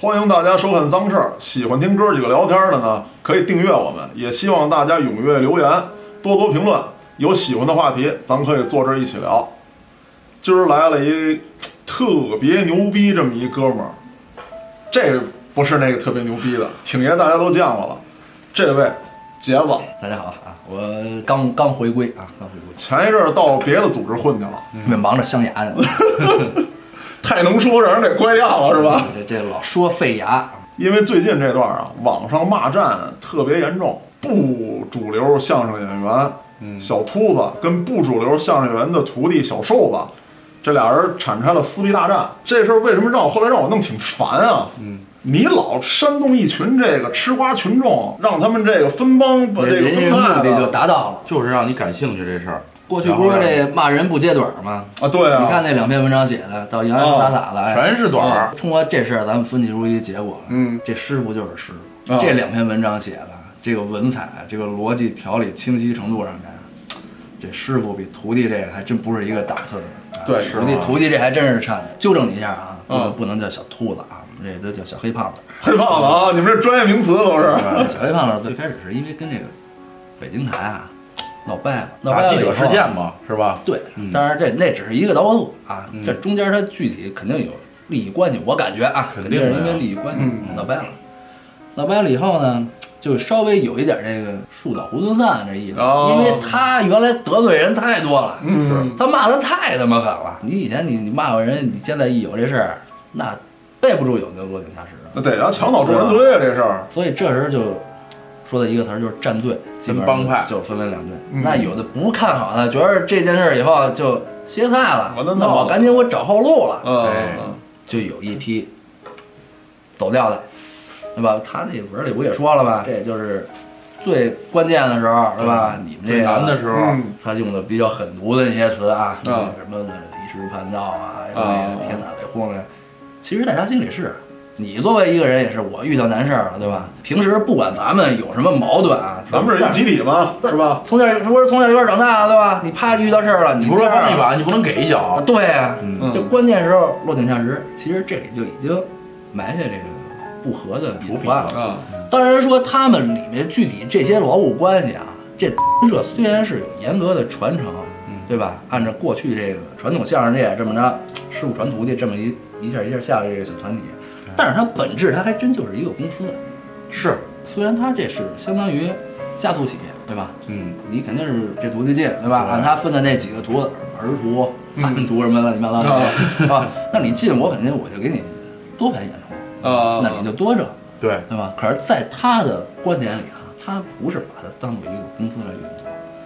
欢迎大家收看《脏事儿》，喜欢听哥几个聊天的呢，可以订阅我们，也希望大家踊跃留言，多多评论。有喜欢的话题，咱可以坐这儿一起聊。今儿来了一呃特别牛逼这么一哥们儿，这不是那个特别牛逼的，挺爷大家都见过了。这位杰子大家好啊，我刚刚回归啊，刚回归，前一阵儿到别的组织混去了，因为忙着镶牙呢，太能说让人给关掉了是吧？这这老说废 牙，因为最近这段啊，网上骂战特别严重，不主流相声演员、嗯小秃子跟不主流相声演员的徒弟小瘦子，这俩人展开了撕逼大战。这事儿为什么让我后来让我弄挺烦啊？嗯，你老煽动一群这个吃瓜群众，让他们这个分帮把这个人分家目派的就的达到了。就是让你感兴趣这事儿。过去不是这骂人不揭短儿吗？啊，对啊，你看那两篇文章写的，到洋洋洒洒的，哎全是短儿通过这事儿，咱们分析出一结果来，嗯，这师傅就是师啊傅。这两篇文章写的，这个文采、这个逻辑条理清晰程度上看，这师傅比徒弟这个还真不是一个档次的。啊对徒弟徒弟这还真是差点。纠正你一下啊，不啊能不能叫小兔子啊，我们这都叫小黑胖子。黑胖子啊，你们这专业名词都是。啊小黑胖子最开始是因为跟这个北京台啊闹掰了，闹掰打了记以后者啊事件嘛，是吧？对，当然这那只是一个导火索啊，这中间它具体肯定有利益关系，我感觉啊，肯肯定定的呀是因为利益关系嗯闹掰了，闹掰了以后呢，就稍微有一点这个树倒猢狲散这意思，哦因为他原来得罪人太多了，嗯他骂的太他妈狠了，你以前你你骂过人，你现在一有这事儿，那备不住有那落井下石的，那得啊，墙倒众人推啊，这事儿。所以这时候就说的一个词儿就是站队，基本上帮派就分为两队。嗯那有的不看好的，觉得这件事儿以后就歇菜了我都，那闹了我赶紧我找后路了，嗯哎嗯就有一批走掉的，对吧？他那文里不也说了吗？这就是最关键的时候，对吧？你们这最个难的时候，嗯，他用的比较狠毒的那些词啊，嗯什么离石叛道啊，啊那个天打雷轰啊，其实大家心里是，你作为一个人也是，我遇到难事儿了，对吧？平时不管咱们有什么矛盾啊，咱们这一集体嘛，是吧？从小不是从小一块儿长大的，对吧？你啪遇到事儿了，你你不是这样帮一把，你不能给一啊脚。对啊，嗯，就关键时候落井下石，其实这里就已经埋下这个不和的伏笔了。啊，当然说他们里面具体这些劳务关系啊，这社虽然是有严格的传承，嗯对吧？按照过去这个传统相声界这么着，师傅传徒弟这么一一下一下下来这个小团体，嗯但是它本质它还真就是一个公司，是，虽然它这是相当于家族企业，对吧？嗯，你肯定是这徒弟进，对吧？对按他分的那几个徒，儿徒、嗯啊暗 徒什么乱七八糟的，是吧？那你进我肯定我就给你多盘演出，啊，嗯那你就多挣。对，对吧？可是，在他的观点里啊，他不是把它当做一个公司来运作，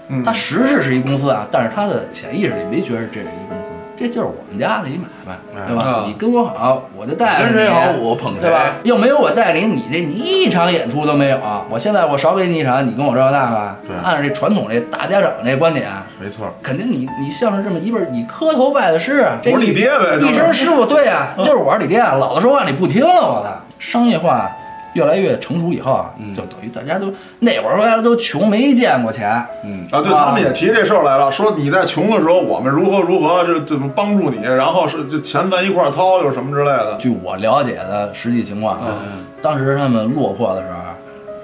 嗯他实质是一公司啊，但是他的潜意识里没觉得这是一个公司，这就是我们家的一买卖，啊对吧？你跟我好，我就带着哎跟你，谁好我捧谁，对吧？？又没有我带领你，这你一场演出都没有啊！我现在我少给你一场，你跟我这那个，对按照这传统这大家长这观点啊，没错儿，肯定你你像是这么一辈儿，你磕头拜的师啊，这我是一你爹呗就是一声师傅，对啊，嗯就是我是你爹啊，老子说话你不听啊，我操！商业化越来越成熟以后啊，嗯就等于大家都那会儿大家都穷，没见过钱，嗯，啊，对啊他们也提这事儿来了，说你在穷的时候，我们如何如何，这怎么帮助你，然后是这钱咱一块儿掏，又什么之类的。据我了解的实际情况啊，嗯当时他们落魄的时候，啊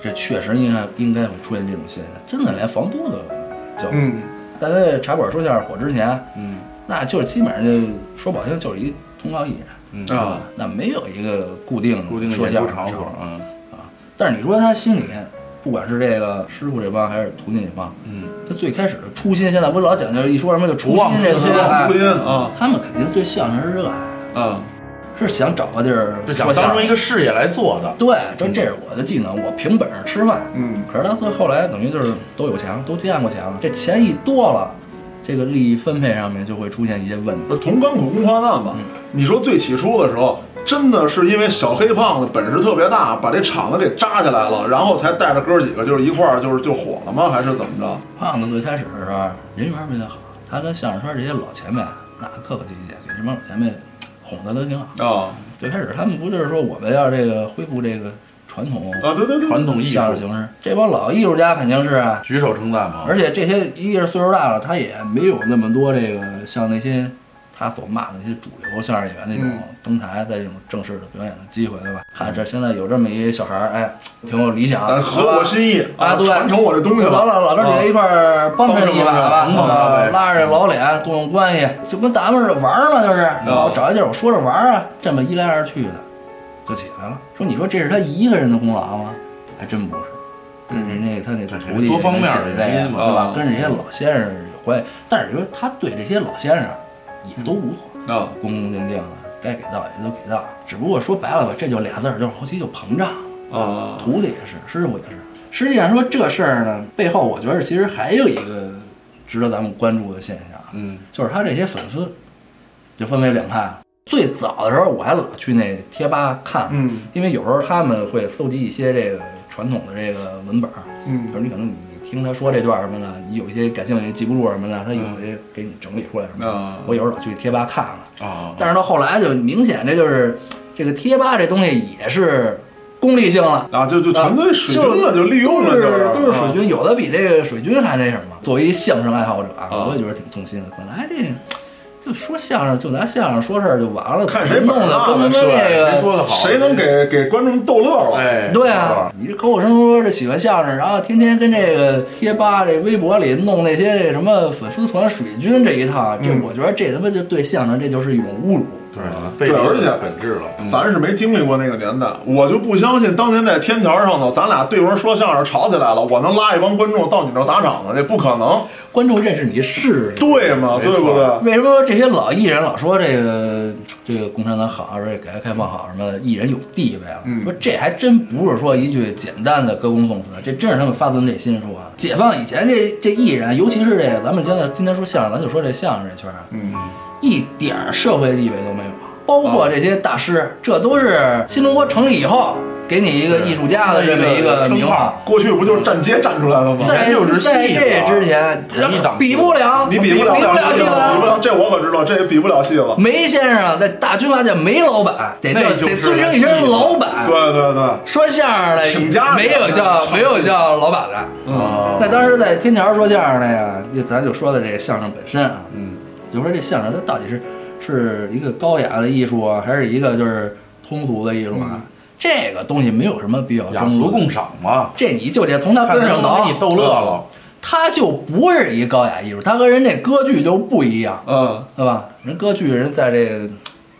这确实应该应该会出现这种现象，真的连房租都交不起。嗯大家这茶馆说相声火之前，嗯，那就是基本上就说不好听就是一通告艺人，嗯啊，那没有一个固定固定的说演相出声场的所，嗯但是你说他心里，不管是这个师傅这帮还是徒弟这帮，嗯，他最开始的初心，现在不是老讲究一说什么就初心不这个是词吧儿录音啊他们肯定对相声是热爱，啊，是想找个地儿就说想相当成一声。个事业来做的，对，这这是我的技能，我凭本事吃饭。嗯可是他最后来等于就是都有钱了，都见过钱了，这钱一多了，这个利益分配上面就会出现一些问题。不是同甘苦共患难嘛。嗯你说最起初的时候，真的是因为小黑胖子本事特别大，把这厂子给扎起来了，然后才带着哥几个就是一块儿就是就火了吗？还是怎么着？胖子最开始的时候啊人缘比较好，他跟相声圈这些老前辈啊那客客气气，给这帮老前辈哄得都挺好。啊最开始他们不就是说我们要这个恢复这个传统啊，对对对，传统艺相声术，形式？这帮老艺术家肯定是啊，举手称赞嘛。而且这些一是岁数大了，他也没有那么多这个像那些他所骂的那些主流相声演员那种登台在这种正式的表演的机会，对吧？嗯看这现在有这么一小孩儿，哎，挺有理想，呃，合我心意啊对传承我这东西老了。老老这几个一块儿帮衬一把吧，帮衬帮衬啊对拉着老脸动用关系，就跟咱们这玩儿嘛，就是我找一地儿我说着玩儿啊，这么一来二去的就起来了。说你说这是他一个人的功劳吗？还真不是，跟人家他那徒弟多方面人家的写这个原因嘛对吧啊？跟这些老先生有关系，但是你说他对这些老先生啊也都无所谓，啊，恭恭敬敬的，该给到也都给到，只不过说白了吧，这就俩字儿，就是后期就膨胀了。啊，徒弟也是，师傅也是。实际上说这事儿呢，背后我觉得其实还有一个值得咱们关注的现象，啊嗯就是他这些粉丝就分为两派。啊最早的时候，我还老去那贴吧看，嗯因为有时候他们会搜集一些这个传统的这个文本儿，比如嗯你可能你听他说这段什么的，你有一些感兴趣记不住什么的，他有些给你整理出来什么的。啊，我有时候老去贴吧看看。啊，但是到后来就明显，这就是这个贴吧这东西也是功利性了。啊，就就全都水军了，就利用了，都就是都是水啊军，有的比这个水军还那什么。作为一相声爱好者啊，啊我也觉得挺痛心的。本来这就说相声，就拿相声说事儿就完了，看谁本弄儿的大跟他妈呢是吧那谁个。说的好？谁能给给观众逗乐了？哎？对啊，你这口口声声说这喜欢相声，然后天天跟这个贴吧、这微博里弄那些这什么粉丝团、水军这一套，这嗯我觉得这他妈就对相声这就是一种侮辱。对啊背对离而且本质了，嗯咱是没经历过那个年代，我就不相信当年在天桥上头，咱俩对门说相声吵起来了，我能拉一帮观众到你这儿砸场子去，不可能，观众认识你是对吗？没错对不对？为什么这些老艺人老说这个这个共产党好，说改革开放好什么的，艺人有地位了？啊嗯说这还真不是说一句简单的歌功颂德，这真是他们发自内心说的。解放以前这这艺人，尤其是这个咱们现在今天说相声，咱就说这相声这圈儿，啊嗯，一点儿社会地位都没有，啊包括这些大师，这都是新中国成立以后给你一个艺术家的这么一个名称号号。过去不就是站街站出来的吗？在前就是戏在这之前同一档，次比不了，你比不不了，了戏戏了，嗯比不了。了，这我可知道，这也比不了戏了。梅先生啊在大军阀界没老板，得叫那就是得尊称一声老板。对对对，说相声的请家没有叫没有叫老板的。嗯，那当时在天桥说相声的呀，就咱就说的这个相声本身啊，嗯就说这相声它到底是是一个高雅的艺术啊，还是一个就是通俗的艺术啊？这个东西没有什么必要嗯雅争俗论。共赏嘛，这你就得从他看根上能倒给，你逗乐了，他就不是一高雅艺术，他和人家歌剧就不一样，嗯对吧？人歌剧人在这个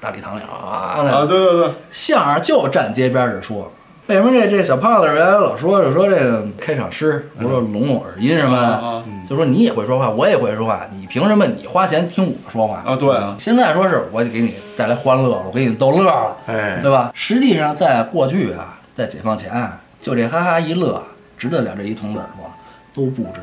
大礼堂里啊，那啊，对对对，相声就站街边儿这说。为什么这这小胖子原来老说就说这个开场诗，我说聋聋耳音什么嗯啊的，啊就说你也会说话，我也会说话，你凭什么你花钱听我说话？啊，对啊，现在说是我给你带来欢乐，我给你逗乐了，哎，对吧？实际上在过去啊，在解放前啊，就这哈哈一乐，啊值得了这一铜子儿吗？都不值，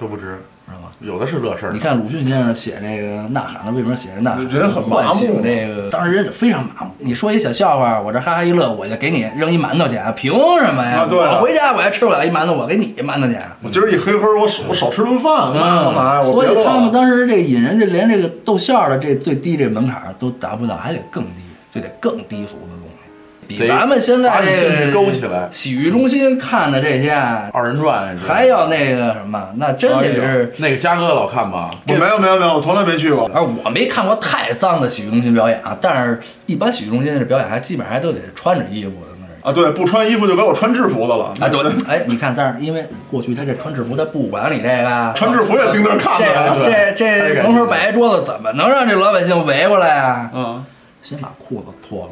都不值，知道吧？有的是乐事儿你。看鲁迅先生写那个《呐喊》的，为什么写着呐喊？人很麻木啊唤醒这个当时人就非常麻木。你说一小笑话，我这哈哈一乐，我就给你扔一馒头钱，凭什么呀？啊对啊我回家我还吃不了一馒头，我给你一馒头钱。我今儿一黑黑，我少我少吃顿饭，那干嘛呀？啊我嗯所别以他们了。当时这引人，这连这个逗笑的这最低这门槛儿都达不到，还得更低，就得更低俗的东西，比得咱们现在把你这兴个趣勾起来，洗浴中心看的这些，二人转嗯是吧还有那个什么，那真哎得是。那个嘉哥老看吧，我没有没有没有，我从来没去过。而我没看过太脏的洗浴中心表演啊，但是一般洗浴中心的表演还基本上还都得穿着衣服的那啊，儿。对，不穿衣服就给我穿制服的了。啊，对，哎，你看，但是因为过去他这穿制服，他不管你这 个，啊穿制服也盯着看这着。对这太这感门口觉摆一桌子，怎么能让这老百姓围过来啊？嗯先把裤子脱了。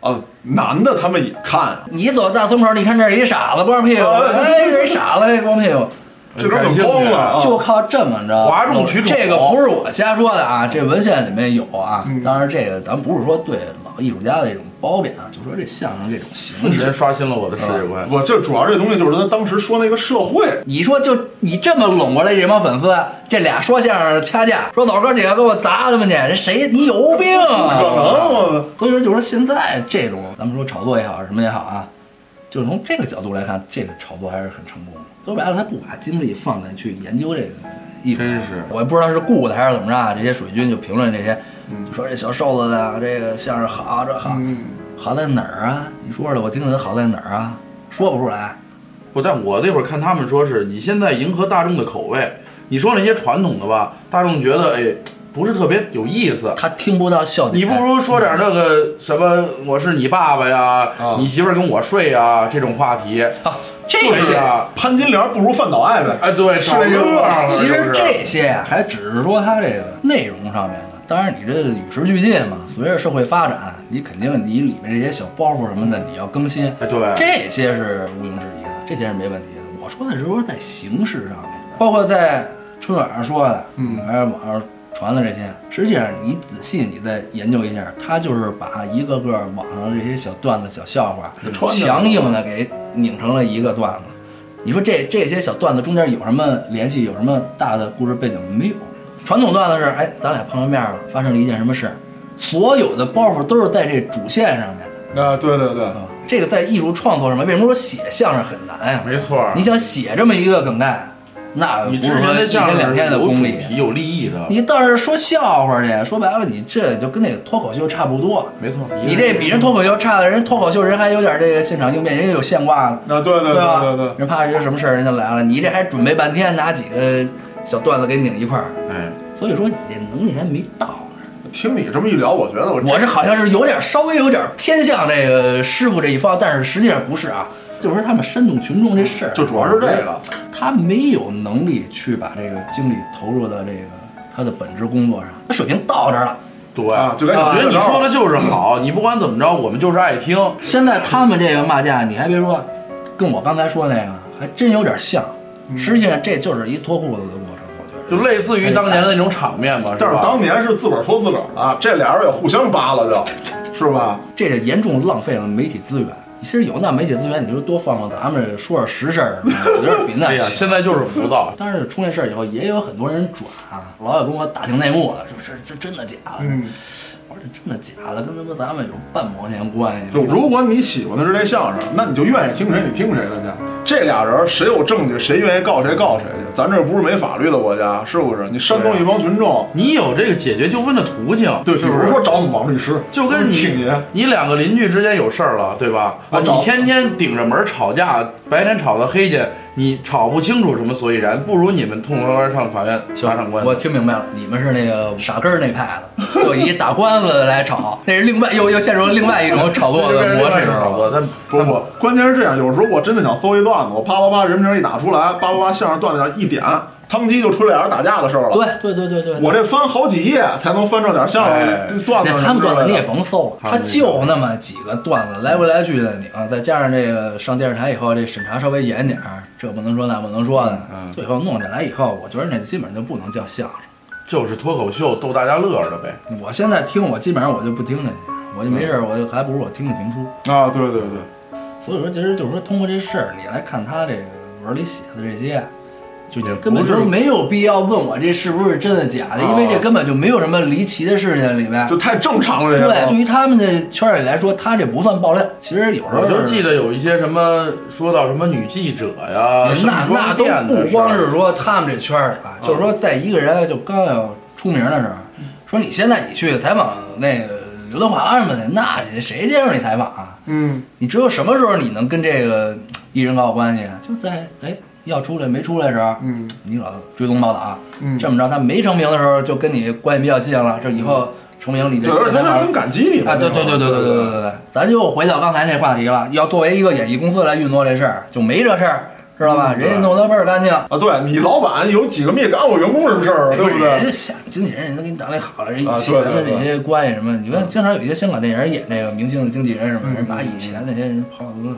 啊，男的他们也看啊，你走大村口，你看这儿一傻子光屁股，啊哎，这一傻子哎光屁股，这都给光了啊。就靠这么着，哦哗众取宠嗯这个不是我瞎说的啊，这文献里面有啊。当然，这个咱不是说对老艺术家的这种褒贬啊，就说这相声这种形瞬式间。刷新了我的世界观。我这主要这东西就是他当时说那个社会，你说就你这么拢过来这帮粉丝，这俩说相声的掐架，说老哥几个给我砸他们去，这谁你有病可啊？嗯能我所以说，就说现在这种咱们说炒作也好，什么也好啊，就是从这个角度来看，这个炒作还是很成功的。说白了，他不把精力放在去研究这个艺术，真是我也不知道是雇的还是怎么着啊。这些水军就评论这些，就说这小瘦子的这个相声好，这好，嗯，好在哪儿啊？你说说，我听听他好在哪儿啊？说不出来，不，但我那会儿看他们说是你现在迎合大众的口味，你说那些传统的吧，大众觉得哎不是特别有意思。他听不到笑你点。不如说点那个什么，我是你爸爸呀，啊你媳妇儿跟我睡呀这种话题，啊，这就些、是啊，潘金莲不如范岛爱呗。啊哎，对，是找这个乐儿其实就是啊这些呀，还只是说它这个内容上面的。当然，你这个与时俱进嘛，随着社会发展，你肯定你里面这些小包袱什么的，你要更新，哎对，这些是毋庸置疑的，这些是没问题的。我说的是说在形式上面，包括在春晚上说的，嗯还有网上传的这些，实际上你仔细你再研究一下，它就是把一个个网上这些小段子、小笑话，穿着强硬的给拧成了一个段子。你说这这些小段子中间有什么联系？有什么大的故事背景？没有。传统段子是，哎，咱俩碰上面了，发生了一件什么事儿，所有的包袱都是在这主线上面的啊，对对对，啊。这个在艺术创作上面，为什么说写相声很难呀、没错儿。你想写这么一个梗概，那啊不你之是前说的一相天声两天的功有力啊主。题有立意的，你倒是说笑话去，说白了，你这就跟那个脱口秀差不多。没错。你这比人脱口秀差的，人脱口秀人还有点这个现场应变，人家有现挂的，啊，对对吧？对对，人怕人家什么事儿，人家来了，你这还准备半天，拿几个小段子给拧一块儿，哎，所以说你这能力还没到呢。听你这么一聊，我觉得我我这好像是有点稍微有点偏向这个师傅这一方，但是实际上不是啊，就是说他们煽动群众这事儿，啊就主要是这个，他没有能力去把这个精力投入到这个他的本职工作上，他水平到这儿了。对啊就该有我觉得这你招儿说的就是好，你不管怎么着，我们就是爱听。现在他们这个骂架，你还别说，跟我刚才说那个还真有点像。实际上这就是一脱裤子的过程，我觉得。哎就类似于当年的那种场面嘛，但是吧当年是自个儿说自个儿的，啊这俩人也互相扒拉着，是吧？这就严重浪费了媒体资源。其实有那媒体资源，你就多放放咱们说说实事儿什么的，我觉得比那 哎呀，强现在就是 浮躁，但是出那事儿以后，也有很多人转，老有跟我打听内幕的，说这这真的假的？嗯，我说这真的假的，跟他妈咱们有半毛钱关系就吗？如果你喜欢的是这相声，那你就愿意听谁你听谁的去。这俩人谁有证据，谁愿意告谁告谁去。咱这不是没法律的国家，是不是？你煽动一帮群众，你有这个解决纠纷的途径，对，啊是比不如是？说找我们王律师，就跟请你您，你两个邻居之间有事儿了，对吧？我啊，找你天天顶着门吵架，白天吵到黑去，你吵不清楚什么所以然，不如你们痛快快上法院行打上官我司。听明白了，你们是那个傻根儿那派的，就以打官司来吵，那是另外又又陷入了另外一种炒作的模式吵了。作，但不不，关键是这样，有时候我真的想搜一段子，我啪啪啪人名一打出来，叭叭叭相声段子一点，汤鸡就出来俩人打架的事儿了。对对对对对，我这翻好几页才能翻着点相哎声段子那什么之类的。他们段子你也甭搜了，他他们就那么几个段子，来回来去的拧，再加上这个上电视台以后，这审查稍微严点儿，这不能说那不能说的嗯，最后弄起来以后，我觉得那基本上就不能叫相声。就是脱口秀逗大家乐儿的呗。我现在听我基本上我就不听那些，我就没事儿，嗯我就还不如我听听评书。啊，对对对，所以说，其实就是说，通过这事儿，你来看他这个文儿里写的这些，就也你不哦根本就是没有必要问我这是不是真的假的，因为这根本就没有什么离奇的事情里面。就太正常了啊这对，个对。于他们的圈儿里来说，他这不算爆料。其实有时候我就记得有一些什么说到什么女记者呀，那盛那装都店的不光事儿嗯是说他们这圈儿里吧，就是说在一个人就刚要出名的时候，说你现在你去采访那个刘德华什么的，那人谁接受你采访啊？嗯，你只有什么时候你能跟这个嗯艺人搞好关系啊？就在哎要出来没出来的时候，嗯你老追踪报道，啊嗯这么着他没成名的时候就跟你关系比较近了，这以嗯后成名你这有时候接他着还聊很感激你啊，对对对对对对对对对，咱又回到刚才那话题了。要作为一个演艺公司来运作这事儿，就没这事儿，知道嗯吧？人家弄得倍儿干净，啊，对你老板有几个灭干我员工什么事儿啊，对不人对？家下经纪人，人家给你打理好了，人啊以前对对的对那些关系什么，你问，经常有一些香港电影演那个明星的经纪人什么，嗯人把以前那些人泡到什么。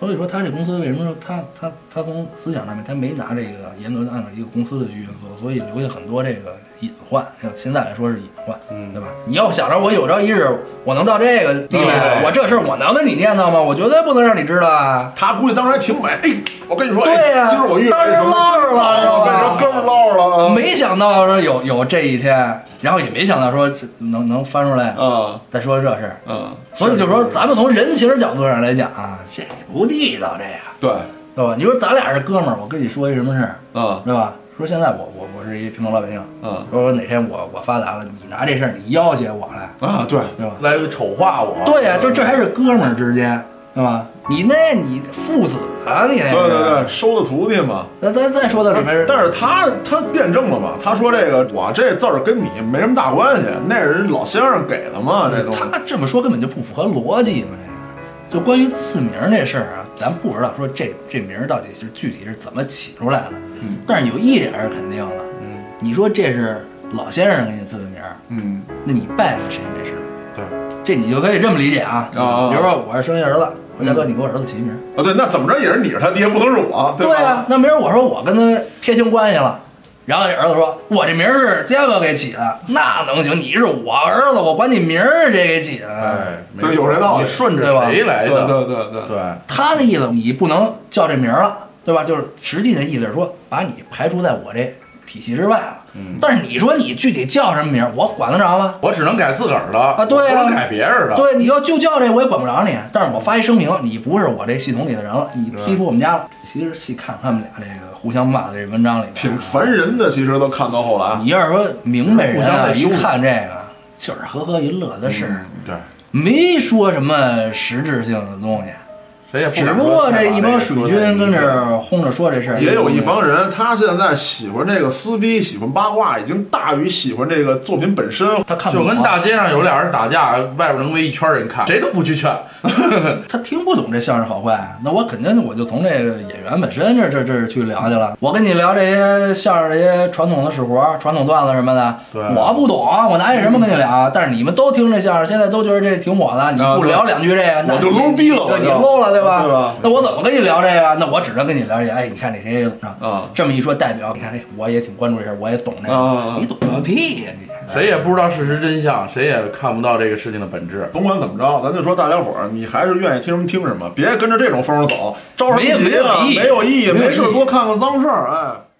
所以说，他这公司为什么说他他他从思想上面他没拿这个严格的按照一个公司的去运作，所以留下很多这个隐患。像现在来说是隐患，嗯对吧？你要想着我有朝一日我能到这个地位对，我这事儿我能跟你念叨吗？我绝对不能让你知道啊！他估计当时还挺美，哎，我跟你说，哎对呀今儿我遇当着时什么唠着了是吧我跟你说，哥们儿唠着了啊，没想到说有有这一天，然后也没想到说这能能翻出来啊再说这事儿。啊，所以就说，咱们从人情角度上来讲啊，这不地道，这个对对吧？你说咱俩是哥们儿，我跟你说一什么事儿，啊对吧？说现在我我我是一平头老百姓，啊说说哪天我我发达了，你拿这事儿你要挟我来，啊，对，对吧？来丑化我。对呀、这这还是哥们儿之间，对吧？你那你父子啊，你那对是对对，收的徒弟嘛。那咱再说到里面，但是他他辩证了嘛，他说这个我这字儿跟你没什么大关系，那是人老先生给的嘛，这东西。他这么说根本就不符合逻辑嘛。这个就关于赐名儿这事儿啊，咱不知道说这这名儿到底是具体是怎么起出来的。嗯，但是有一点是肯定的，嗯你说这是老先生给你赐的名儿，嗯那你拜谁为师？对，哦这你就可以这么理解啊。啊比如说我是生下儿子，我说嗯大哥，你给我儿子起一名儿。啊，对，那怎么着也是你是他爹，不能是我，对吧？哦啊，那明儿我说我跟他撇清关系了，然后这儿子说，我这名儿是嘉哥给起的，那能行？你是我儿子，我管你名儿是谁给起的？哎，没对错有这道理你顺对着吧谁来对的？对对对对他的意思，你不能叫这名儿了，对吧？就是实际的意思是说，把你排除在我这体系之外了。嗯但是你说你具体叫什么名儿，我管得着吗？我只能改自个儿的啊对啊我不能改别人的。对，你要就叫这我也管不着你，但是我发一声明，你不是我这系统里的人了，你踢出我们家了。其实细看他们俩这个互相骂的这文章里面啊，挺烦人的，其实都看到后来。你要是说明白人互相啊，在一羞辱看这个就是呵呵一乐的事儿，对，没说什么实质性的东西，谁也不敢只说不过太这把一帮水说在军一跟起这儿轰着说这事儿，也有一帮人，他现在喜欢这个撕逼，喜欢八卦，已经大于喜欢这个作品本身。他看不就懂啊，跟大街上有俩人打架，外边能围一圈人看，谁都不去劝。他听不懂这相声好坏，那我肯定我就从这个演员本身这这这去聊去了。我跟你聊这些相声这些传统的史活、传统段子什么的，对我不懂，我拿这什么跟你聊啊？但是你们都听这相声，现在都觉得这挺火的，你嗯啊不对聊两句这个，那我就你 low 逼了对我你就 low 了对吧？对吧那我怎么跟你聊这个？那我只能跟你聊这个。哎，你看这谁谁怎么着？啊这么一说，代表你看，哎，我也挺关注这事儿，我也懂这个，啊啊啊你懂个屁呀、你！谁也不知道事实真相，谁也看不到这个事情的本质。甭管怎么着，咱就说大家伙儿，你还是愿意听什么听什么，别跟着这种风走，招什么没有急啊？没有意义没有意义，没有没事意义多看看脏事儿，哎。